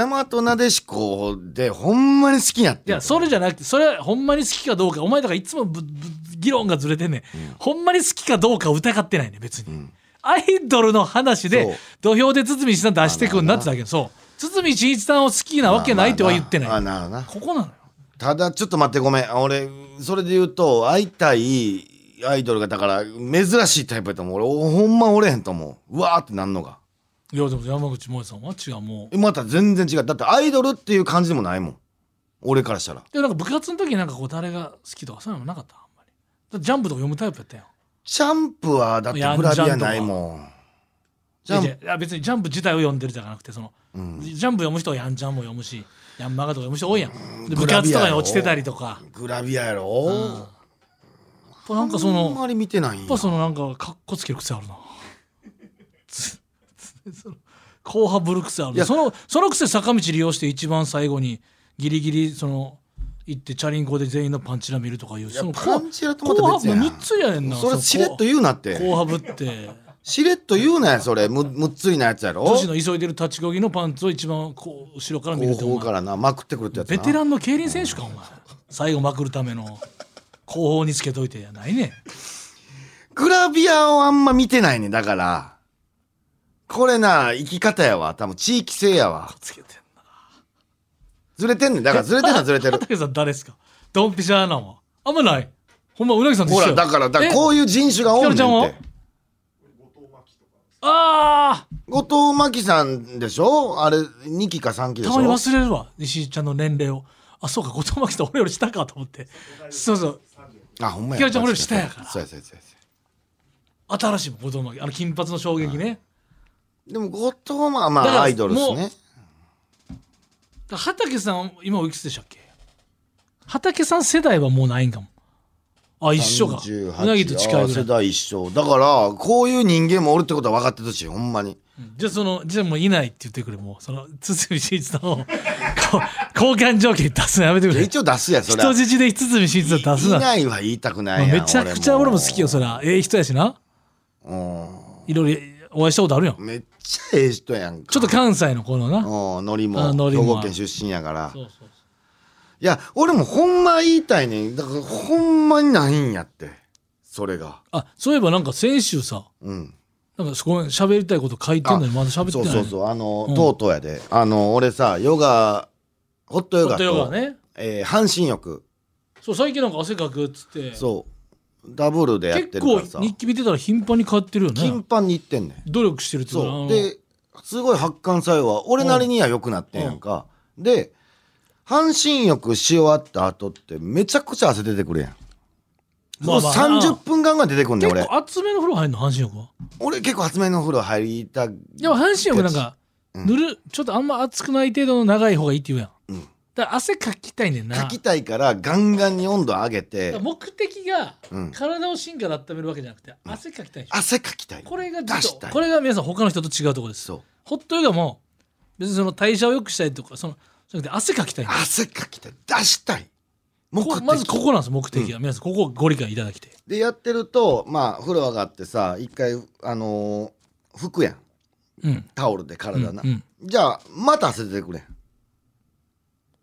D: 大和なでしこでほんまに好きやってん
C: や、それじゃなくて、それはほんまに好きかどうか、お前だからいつもぶぶ議論がずれてんねん。ほんまに好きかどうか疑ってないねん、別に。アイドルの
D: そ
C: 話
D: う
C: で、土俵で堤真一さん出してくるなってだけそう。堤真一さんを好きなわけないとは言って
D: あ
C: ない。
D: なるほどな
C: ここなのよ。
D: ただちょっと待ってごめん俺それで言うと会いたいアイドルがだから珍しいタイプやと思う俺ほんまおれへんと思ううわーってなんのが
C: いや、でも山口萌えさんは違う、もう。
D: えまた全然違うだってアイドルっていう感じでもないもん俺からしたら
C: でもなんか部活の時になんかこう誰が好きとかそういうのもなかったあんまりだってジャンプとか読むタイプやったやん
D: ジャンプはだってグラビアないもんジャン
C: いやいや別にジャンプ自体を読んでるじゃなくてその、ジャンプ読む人はヤンジャンも読むしヤンマガとか読む人多いやんで部
D: グラビ
C: 活
D: ア
C: とかに
D: よ
C: 落ちてたりとか
D: プグラビアやろ
C: やっぱなんかそ
D: あん
C: のや
D: まり見てないんや
C: っぱそのなんかかっこつける癖あるな *laughs* つつその後半ぶる癖ある
D: や
C: なそのその癖坂道利用して一番最後にギリギリその行ってチャリンコで全員のパンチラ見るとかいうその
D: パンチラとま
C: 後
D: た
C: 半
D: 別やん
C: むっつりやねんな
D: それしれっと言うなって
C: 後半
D: *laughs*
C: ぶって
D: しれっと言うなやそれむむっつりなやつやろ
C: 女子の急いでる立ち漕ぎのパンツを一番こう後ろから見る
D: 後
C: って
D: 方
C: お
D: か
C: 前
D: らなまくってくるってやつな
C: ベテランの競輪選手かお前最後まくるための後方につけといてやないねん
D: グラビアをあんま見てないね。だから、これな、生き方やわ。多分地域性やわ。
C: つけてんな
D: ずれてんねん。だからずれてん
C: *laughs*
D: のはずれてる。
C: 畑さん誰ですかドンピシャアナはあんまないほんまうなぎさんと一
D: ほ
C: 緒
D: ら、だから、だからこういう人種が多いねん
C: ひかるちゃんは
D: って。
C: ああ
D: 後藤真希さんでしょあれ、2期か3期でしたょ
C: まに忘れるわ西井ちゃんの年齢をあそうか後藤真希さん俺より下かと思ってそうそう
D: あ、ほんまや。
C: ひかるちゃん俺より下やから
D: そうやそうやそうやそう
C: 新しいもん後藤真希あの金髪の衝撃ね
D: やでも、後藤はま
C: だから
D: あ、アイドルです
C: も
D: ね。
C: だから畑さん今おいくつでしたっけ畑さん世代はもうないんかもあ一緒か
D: 38
C: うなぎと近い
D: あ
C: ぐら
D: 世
C: い
D: 代一緒。だから、こういう人間もおるってことは分かってたし、ほんまに。
C: じゃあそのじゃあもういないって言ってくれもうその堤真一さんをこ交換条件に出すのやめてく
D: いや
C: れ
D: 一応出すやん、それは
C: 人。質で堤真一さん出す
D: い
C: な、
D: ないは言いたくない
C: まあ
D: やん
C: めちゃくちゃ俺も好きよそりゃええ人やしな
D: うん
C: いろいろお会いしたことあるやん
D: めっちゃええ人やんか
C: ちょっと関西のこのな
D: うんノリも
C: あノ
D: 兵
C: リも
D: 庫県出身やから
C: そうそう
D: いや俺もほんま言いたいねんだからほんまにないんやってそれが
C: あそういえばなんか先週さ
D: うん
C: なんかそこに喋りたいこと書いてんのにまだ喋って
D: そ
C: な
D: う
C: い
D: そうそうあの、
C: うん
D: とうとうやであの俺さヨガホットヨ
C: ホ
D: ガ
C: ッ
D: と
C: トヨガね
D: えー半身浴
C: そう最近なんか汗かくっつって
D: そうダブルでやってる
C: 結
D: か
C: 構
D: らさ
C: 日記見てたら頻繁に買ってるよ
D: 頻
C: ね
D: 繁に行ってんねん
C: 努力してるっていうかあ
D: そ
C: の
D: うですごい発汗作用は俺なりには良くなってんやんかで半身浴し終わった後ってめちゃくちゃ汗出てくるやん、
C: まあまあ
D: もう30分間が出てくんねん
C: 結
D: 俺
C: 構厚めの風呂入るの半身浴は
D: 俺結構厚めのお風呂入りた
C: でも半身浴なんか
D: うん
C: ぬるちょっとあんま熱くない程度の長い方がいいって言うやん、
D: うん
C: だから汗かきたいねんな
D: かきたいからガンガンに温度上げ
C: だか
D: て
C: ら目的が
D: うん
C: 体を芯から温めるわけじゃなくて汗かきたいでしょ
D: 汗かきたい
C: これがちょっ
D: 出
C: と
D: したい
C: これが皆さん他の人と違うところです
D: そう
C: ホットヨガも別にその代謝を良くしたいとかそのじゃなくて汗かきたいんです
D: 汗かきたい出したい目
C: こ
D: 的
C: まずここなんです目的が、皆さんここをご理解いただきて
D: でやってるとまあ風呂上がってさ一回あのー拭くやん
C: うん
D: タオルで体な、
C: うんうん
D: じゃあまた汗出てくれん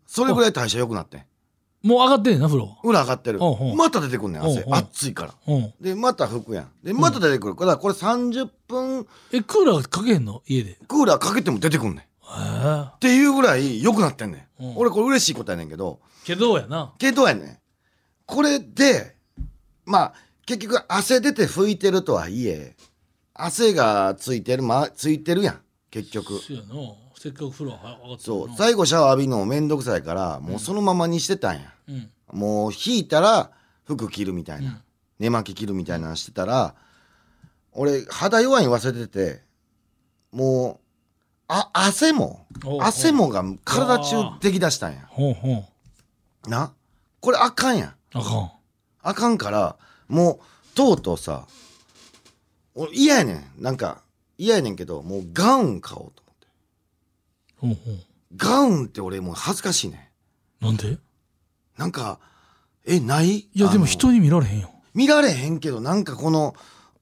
D: それぐらい代謝良くなってん
C: もう上がってんねんな風呂は
D: 裏上がってる
C: おうおう
D: また出てくんねん汗
C: おうおう
D: 熱いから
C: うん
D: でまた拭くやんでまた出てくるからこれ30分
C: えクーラーかけへんの家でへ
D: クーラーかけても出てくんねんっ
C: え
D: ていうぐらい良くなってんねん、
C: うん
D: 俺これ嬉しいことやねんけど
C: けどやな
D: けどやねんこれでまあ結局汗出て拭いてるとはいえ汗がついてるまあついてるやん結局
C: そうやなせっかく風呂は上がってる
D: そ
C: の
D: う最後シャワー浴びるのもめんどくさいからもうそのままにしてたんや、
C: うん
D: もう引いたら服着るみたいな、
C: うん
D: 寝巻き着るみたいなのしてたら俺肌弱いに忘れててもうあ汗も
C: おうおう
D: 汗もが体中できだしたんや
C: ほうほう
D: なこれあかんやん
C: あかん
D: あかんからもうとうとうさ俺嫌やねんなんか嫌やねんけどもうガウン買おうと思って
C: ほうほう
D: ガウンって俺もう恥ずかしいねん
C: なんで
D: なんかえない
C: いやでも
D: あの
C: 人に見られへんよ
D: 見られへんけどなんかこの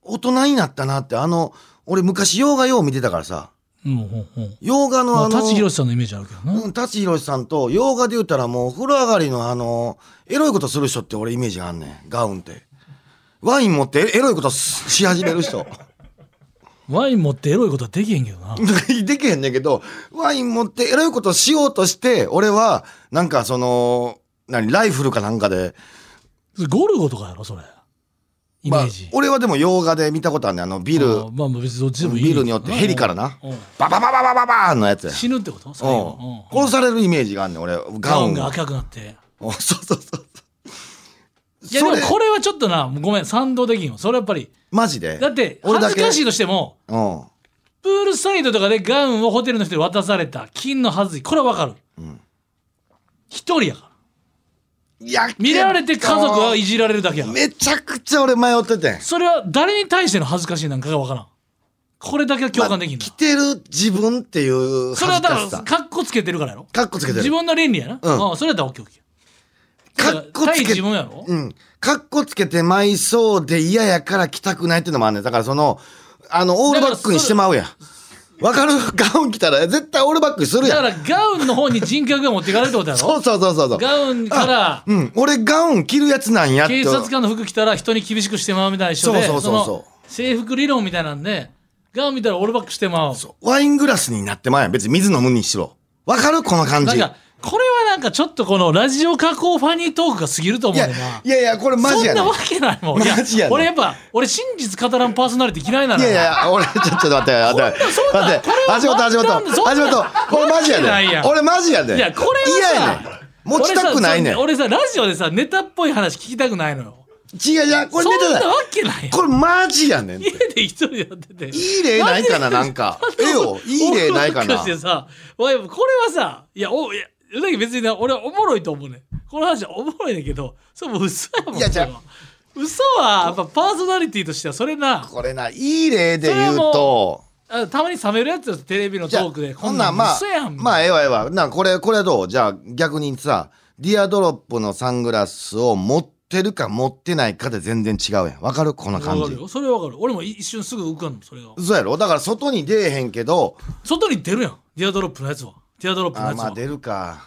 D: 大人になったなってあの俺昔洋画よう見てたからさ
C: うんほうほう
D: 洋画の
C: ま
D: あ
C: あ
D: の
C: 舘ひろしさんのイメージあるけどな、
D: うん舘ひろしさんと洋画で言ったらもう風呂上がりのあのエロいことする人って俺イメージがあんねんガウンってワイン持ってエロいことすし始める人 *laughs*
C: ワイン持ってエロいことはできへんけどな
D: できへんねんけどワイン持ってエロいことしようとして俺はなんかその何ライフルかなんかで
C: ゴルゴとかやろそれイメ
D: まあ
C: ージ、
D: 俺はでも洋画で見たことあるねんあのビル
C: あーまあまあ別にどっちでもいい
D: ビルによってヘリからな
C: うんうん
D: バババババババーンのやつや
C: 死ぬってこと最
D: うん
C: 後、うん
D: 殺されるイメージがあんねん俺ガ
C: ガ
D: ウ
C: ウン
D: ン
C: が
D: が
C: 赤くなって
D: おそうそうそう
C: いやで
D: そ
C: も
D: れ
C: これはちょっとなごめん賛同できんよそれやっぱり
D: マジで
C: だって
D: 俺だ
C: 恥
D: け
C: ずかしいとしても
D: うん
C: プールサイドとかでガウンをホテルの人に渡された金のはずいこれはわかる
D: うん
C: 一人やから
D: いや
C: 見られて家族はいじられるだけやから
D: めちゃくちゃ俺迷っててん
C: それは誰に対しての恥ずかしいなんかがわからんこれだけは共感できん
D: まあ着
C: の、
D: てる自分っていう
C: それは
D: 恥ず
C: だ
D: かし
C: から
D: さ
C: カッコつけてるからやろ
D: カッコつけて
C: 自
D: る
C: 分の倫理やな、
D: うん
C: ああそれだったらオッケーオッケ
D: カ
C: ー
D: ッコつ
C: 対
D: け
C: 自分やろ、
D: うんカッコつけてまいそうで嫌やから着たくないっていうのもあんねんだからそのあのオールバックにしてまうやんわかる *laughs* ガウン着たら絶対オールバックにする
C: だ
D: や
C: か
D: ん
C: らガウンの方に人格が持っていかれるってことやろ
D: そうそうそうそうそう
C: ガウンから
D: うん、俺ガウン着るやつなんやって
C: 警察官の服着たら人に厳しくしてまうみたいな一緒で
D: そうそうそうそう
C: の制服理論みたいなんでガウン見たらオールバックしてまう
D: そうワイングラスになってまうやん別に水飲むにしろわかるこの感
C: な
D: じ
C: んかこれはなんかちょっとこのラジオ加工ファニートークが過ぎると思
D: いうや
C: ねん
D: い
C: な
D: やいやこれマジや
C: そ
D: ね
C: んなわけないもんいや
D: マジやねん
C: 俺やっぱ俺真実語らんパーソナリティ嫌いなの
D: い
C: よ
D: やいや俺ちょちょっと待って待って
C: んな
D: 待って
C: これは
D: 足元足元
C: マジなんだそんな
D: 足元これマジや
C: わけない
D: ね
C: や
D: ん
C: ん
D: 俺マジやねん
C: いやこれはさ
D: 嫌やねん持ちたくないねん違う
C: 俺さ俺さラジオでさネタっぽい話聞きたくないのよ
D: いやこれ出てない
C: そんなわけないやん
D: これマジやねんって
C: 家で一人でやってて
D: いい例ないかななんかええよいい例ない
C: *laughs*
D: か
C: お
D: な
C: もろしてさわいこれはさいやおいやうなぎ別にな俺はおもろいと思うねんこの話はおもろいねんけどそれもう嘘やもん
D: いや
C: それは
D: じゃあ
C: 嘘はやっぱパーソナリティとしてはそれな
D: これないい例で言うと
C: あたまに冷めるやつよテレビの
D: じ
C: ト
D: ゃあ
C: ークで
D: ほ
C: こ
D: ん
C: ん
D: な
C: なんん
D: まあ
C: 嘘やん
D: まあええ
C: え
D: わええわなんかこれこれはどうじゃあ逆にさディアドロップのサングラスを持っってるか持ってないかで全然違うやんわかるこんな感
C: わかる
D: じ
C: よそれはわかる俺も一瞬すぐ浮かんのそれが
D: そうやろだから外に出えへんけど
C: 外に出るやんディアドロップのやつはディアドロップの
D: あー
C: やつ
D: ま
C: は
D: あ出るか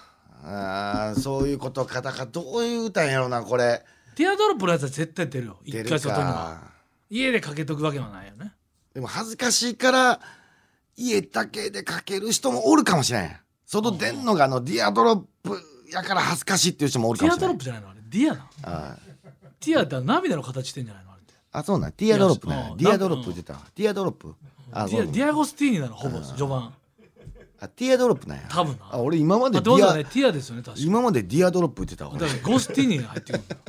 D: あーそういうことかだからどういう歌やろなこれ
C: ディアドロップのやつは絶対出るよ
D: 出
C: 一
D: る
C: 回外には
D: か
C: 家でかけとくわけはないよね
D: でも恥ずかしいから家だけでかける人もおるかもしれん外出んのがあのディアドロップやから恥ずかしいっていう人もおる
C: デ
D: かも
C: ィア
D: しれ
C: ド
D: な
C: ロ
D: い
C: ップじゃないのあれディアな
D: あー
C: ディアだ涙の形してんじゃないのあれって
D: あそうなんディアドロップ
C: いや
D: ね
C: そう
D: ディアドロップ出たわディアドロップあ
C: デ
D: ごめんご
C: ィア
D: め
C: デ
D: ん
C: ィアゴスティーニなのほぼ序盤
D: あディアドロップなんや
C: 多分な
D: あ俺今まで
C: あ
D: デ
C: どう
D: ィ
C: だ
D: ア
C: ねティアですよね確か
D: 今までディアドロップ言ってたわ
C: だからゴスティーニが入
D: *laughs*
C: ってくるんだよ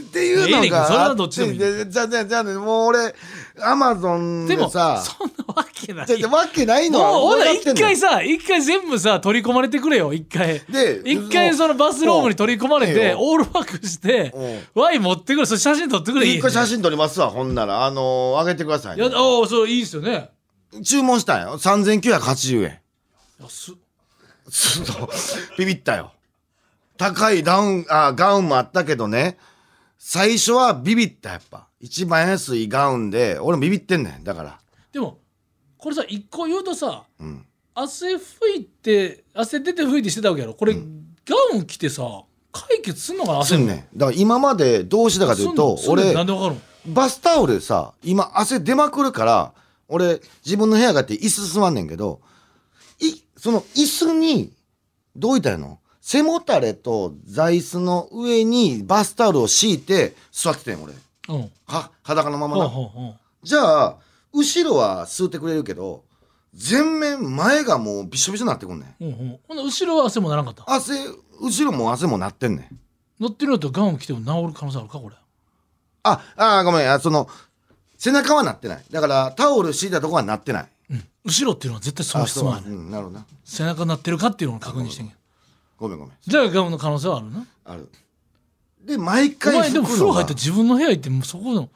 D: っていうの
C: ええねんけど
D: が
C: それはどっちでもいい
D: あってじゃあじゃあじゃあねもう俺アマゾン
C: で
D: で
C: もそんな
D: さ
C: わけない
D: じゃあじゃあわけないのは
C: もうほら
D: 分かってん
C: 一
D: ねん
C: 回さ一回全部さ取り込まれてくれよ一回
D: で
C: 一回そのバスローブに取り込まれ
D: ええ
C: て
D: よ
C: オールバックしてワイン持ってくれそれ写真撮ってくれいい
D: 一
C: よ
D: 回
C: ね
D: 写真撮りますわほんならあのー、上げてください、
C: いや
D: ね、
C: ああそういいっすよね
D: 注文したんよ3980円
C: 安っ
D: *laughs* ちょっとビビったよ高いダウンあガウンもあったけどね最初はビビったやっぱ一番安いガウンで俺もビビってんねんだから
C: でもこれさ一個言うとさ
D: うん
C: 汗拭いて汗出て拭いてしてたわけやろこれ、ガウン着てさ解決すんのかな
D: す
C: 汗
D: んねんだから今までどうしてたかというと
C: すんのすんの
D: 俺
C: なんでわかるの
D: バスタオルでさ今汗出まくるから俺自分の部屋があって椅子座んねんけどいその椅子にどういったらいいの背もたれと座椅子の上にバスタオルを敷いて座っててん俺
C: うん
D: は裸のまま
C: ほう
D: な
C: ほうほう
D: じゃあ後ろは吸うてくれるけど全面前がもうびしょびしょになってくんねん
C: ほうほうほんな後ろは汗もならんかった
D: 汗後ろも汗もなってんねん
C: 乗ってるのとガウン着ても治る可能性あるかこれ
D: ああーごめんあその背中はなってないだからタオル敷いたとこはなってない
C: 後ろっていうのは絶対その質問やね
D: あそううんなるほどな
C: 背中なってるかっていうのを確認してんけど
D: ごめんごめん
C: じゃあガウンの可能性はあるな
D: あるで毎
C: お
D: 回
C: 前でも
D: 拭く
C: 風
D: の
C: 呂
D: が
C: 入ったら自分の部屋行ってもうそこの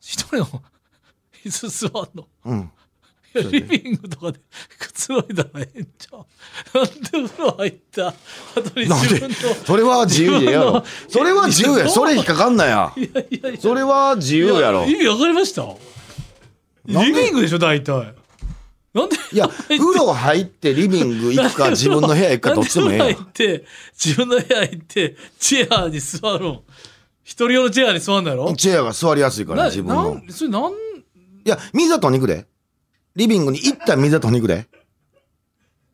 C: 一人の椅子座んの
D: うん
C: いやリビングとかで *laughs* くつろいだらええんちゃうなんで風呂入った後に
D: なん
C: 自
D: で
C: 分の
D: それは自由でええやろそれは自由やそれ引っかかんなや
C: いやいやいや
D: それは自由やろ
C: い意味わかりました
D: なんで
C: リビングでしょ大体なんで
D: いや風呂入ってリビング行く
C: *laughs*
D: か自分の部屋行くかどっちでもええや
C: なん
D: ん
C: で風呂入って自分の部屋行ってチェアに座るん一人用のチェアに座るんだろ
D: チェアが座りやすいから
C: な
D: 自分の
C: なんそれなん
D: いや水とんにくれリビングに行ったら水とんにくれ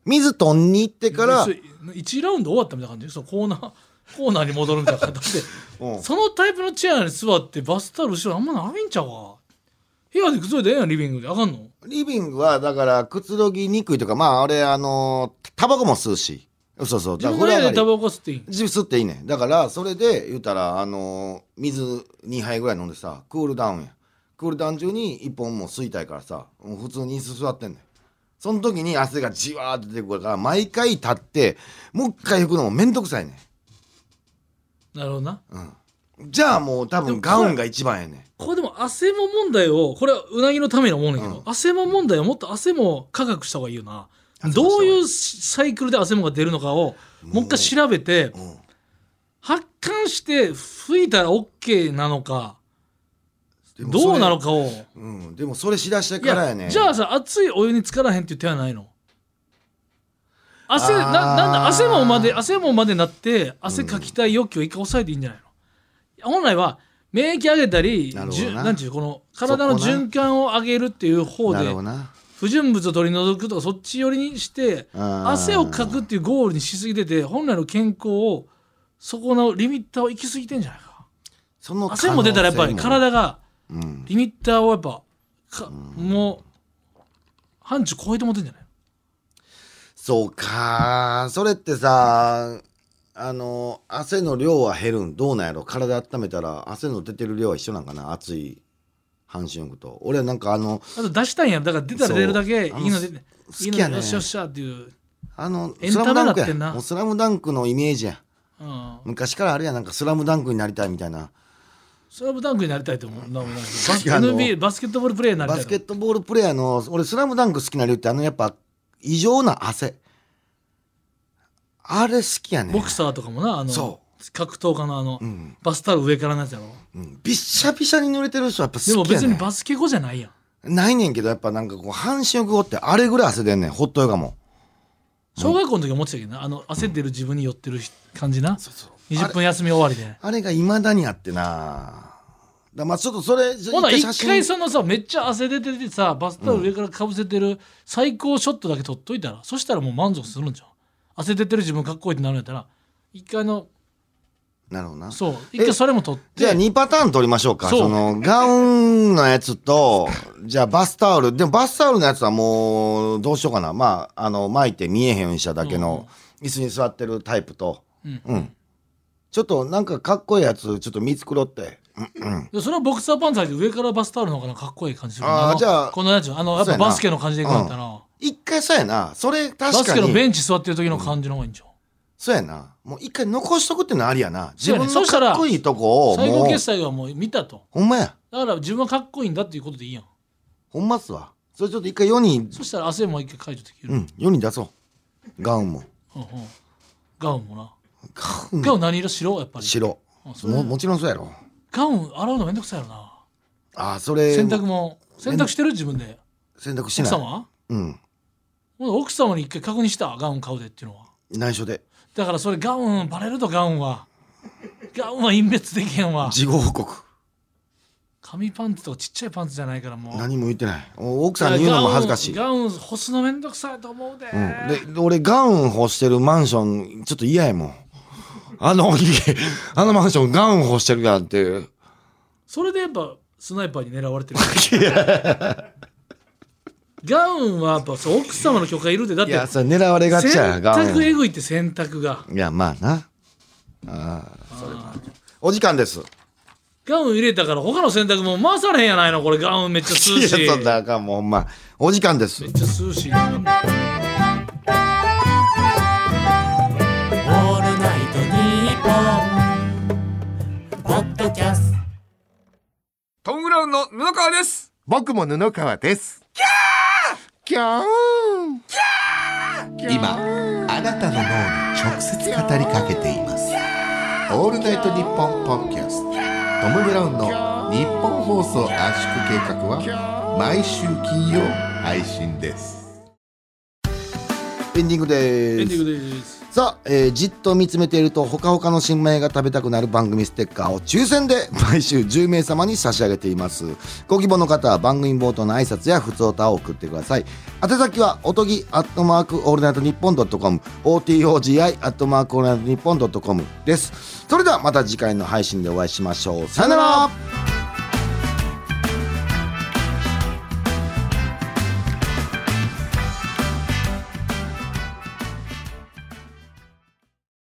D: 水とんに行ってから
C: それ1ラウンド終わったみたいな感じそのコーナー *laughs* コーナーに戻るみたいな感
D: *laughs*
C: じで
D: うん
C: そのタイプのチェアに座ってバスタオル後ろあんまないんちゃうか部屋でくつろいでええやんリビングであかんの
D: リビングはだからくつろぎにくいとかまああれあのタバコも吸うしそうそう
C: 自
D: だ
C: 分
D: から風
C: の部
D: 呂上
C: 屋
D: が
C: で
D: り
C: タバコ吸っていいん
D: 自分吸っていいねんだからそれで言うたらあのー水2杯ぐらい飲んでさクールダウンやクールダウン中に1本も吸いたいからさもう普通に椅子座ってんねんその時に汗がじわーって出てくるから毎回立ってもう一回拭くのもめんどくさいね
C: なるほどなん
D: じゃあもう多分ガウンが一番やねん
C: これでも汗も問題をこれはうなぎのために思うねんだけど、
D: うん
C: 汗も問題をもっと汗も科学した方がいいよな
D: 汗もした方
C: どう
D: がいい
C: いうサイクルで汗もが出るのかをもう一回調べて
D: うん
C: 発汗して吹いたら OK なのか
D: でもそれ
C: どうなのかを
D: うんでもそれしだして
C: い
D: からやね
C: や
D: ん
C: じゃあさ熱いお湯に浸からへんっていう手はないの汗
D: あー
C: ななんだ汗もまで汗もまでなって汗かきたい欲求を一回抑えていいんじゃないの、本来は免疫上げたり
D: なるほ
C: じ
D: ど
C: ゅ
D: な
C: なんていうこの体の
D: そこな
C: 循環を上げるっていう方
D: な
C: で
D: るほどな
C: 不純物を取り除くとかそっち寄りにして
D: あー
C: 汗をかくっていうゴールにしすぎてて本来の健康をそこのリミッターを行き過ぎてんじゃないか
D: その可能性
C: 汗も出たらやっぱり
D: も、
C: 体が
D: うん、
C: リミッターをやっぱか、もう範疇超えてもってんじゃない
D: そうかそれってさあの汗の量は減るんどうなんやろ体温めたら汗の出てる量は一緒なんかな暑い半身浴と俺なんかあの
C: あと出したいんやだから出たら出るだけいい
D: そう
C: ので
D: あの好
C: いい
D: き
C: の
D: や
C: で
D: ね
C: よっしゃよっしゃっていう、
D: あの
C: エン
D: スラ
C: タ
D: ムダン
C: メなっ
D: ク
C: て
D: や
C: んな
D: もうスラムダンクのイメージや
C: うん、
D: 昔からあるやんなんかスラムダンクになりたいみたいな
C: スラムダンクになりたいと思うなバス
D: あの
C: NBA バスケットボールプレーヤーになり
D: バ
C: たい
D: ス
C: と
D: ケ
C: 思
D: ットボールプレーヤーの俺スラムダンク好きな理由ってあのやっぱ異常な汗あれ好きやね
C: うボクサーとかもなあの
D: そ
C: 格闘家のあの、
D: うん
C: バスタオル上からのやつやろ
D: うんびっしゃびしゃに濡れてる人はやっぱ
C: でも
D: 好きや
C: 別に
D: ね
C: バスケ後じゃないやん
D: ないねんけどやっぱなんかこう半身浴後ってあれぐらい汗出んねんホットヨガも
C: 小学校の時思ってたけどなあの焦ってる自分に寄ってる感じな、
D: あ
C: 20
D: れ
C: 分休み終わりで
D: あれがいまだにあってなだまあちょっとそれ
C: ほな
D: 一
C: 一回そのさめっちゃ汗出ててさバスタオル上からかぶせてる最高ショットだけ撮っといたら、そしたらもう満足するんじゃん汗出てる自分かっこいいってなるんやったら一回の
D: なるほどな
C: そう一回それも撮って
D: じゃあ2パターン取りましょうか。
C: そ
D: そうのガウンのやつと、じゃあバスタオル。でもバスタオルのやつはもう、どうしようかな。まあ、あの、巻いて見えへんようにしただけの、椅子に座ってるタイプと。
C: うん
D: ちょっとなんかかっこいいやつ、ちょっと見繕って。
C: でそのボクサーパンツ履いて上からバスタオルの方がかっこいい感じするよね
D: あー
C: の
D: じゃあ
C: このやつあのやっ
D: そう
C: ぱ
D: やな
C: バスケの感じでいくんやったら、
D: 一回そうやな。それ
C: バ
D: 確
C: ス
D: か
C: ケのベ
D: に。
C: ンチ座ってる時の感じの方がいいんじゃん
D: そうやな。もう一回残しとくってのありやな。自
C: そうやね
D: 分のかっこいいとこを、
C: 最
D: も
C: 高
D: う
C: 決、済はもう見たと
D: ほんまや。
C: だから自分はかっこいいんだっていうことでいいやん
D: ほんまっすわ。それちょっと一回世に、
C: そしたら汗も一回解除できる、
D: うん、世に出そう。ガウンも。
C: うんうんガウンもな
D: ガウン
C: ガウン何色白やっぱり
D: 白。
C: あそれ
D: ももちろんそうやろ。
C: ガウン洗うのめんどくさいよな
D: ああそれ
C: 洗濯も洗濯してる自分で
D: 洗濯し
C: 奥
D: ない
C: 様は
D: うん
C: ほな奥様に一回確認したガウン買うでっていうのは
D: 内緒で
C: だからそれガウンバレるとガウンはガウンは隠滅できへんわ
D: 事後報告
C: 紙パンツとかちっちゃいパンツじゃないからもう
D: 何も言ってないお奥さんに言うのも恥ずかしい、う
C: ガウンガウン干すのめんどくさいと思うで、
D: ん、で俺ガウン干してるマンションちょっと嫌やもんあの家あのマンションガウン干してるなんていう
C: それでやっぱスナイパーに狙われてる
D: *laughs*
C: ガウンはやっぱそう奥様の許可いるでだっ
D: い
C: て
D: やそれ狙われがちや
C: 洗
D: ガウ
C: 濯え
D: ン
C: ぐいって洗濯が
D: いやまあなああそれもあるお時間です
C: ガウン入れたから他の洗濯も回されへんやないのこれガウンめっちゃ吸うし
D: いやそんな
C: め
D: あかんもうほんまお時間です
C: っちゃ吸うし
B: トム・ブラウンの布川です
E: 僕も布川です。キャーキャー今、あなたの脳に直接語りかけています。オールナイトニッポンポッドキャスト。トム・ブラウンの日本放送圧縮計画は毎週金曜配信です。
D: エンディングです
C: エンディングです
D: さあ、えーじっと見つめているとほかほかの新米が食べたくなる番組ステッカーを抽選で毎週10名様に差し上げていますご希望の方は番組冒頭の挨拶や普通歌を送ってください宛先はおとぎアットマークオールナイトニッポンドットコム OTOGI アットマークオールナイトニッポンドットコムですそれではまた次回の配信でお会いしましょうさよなら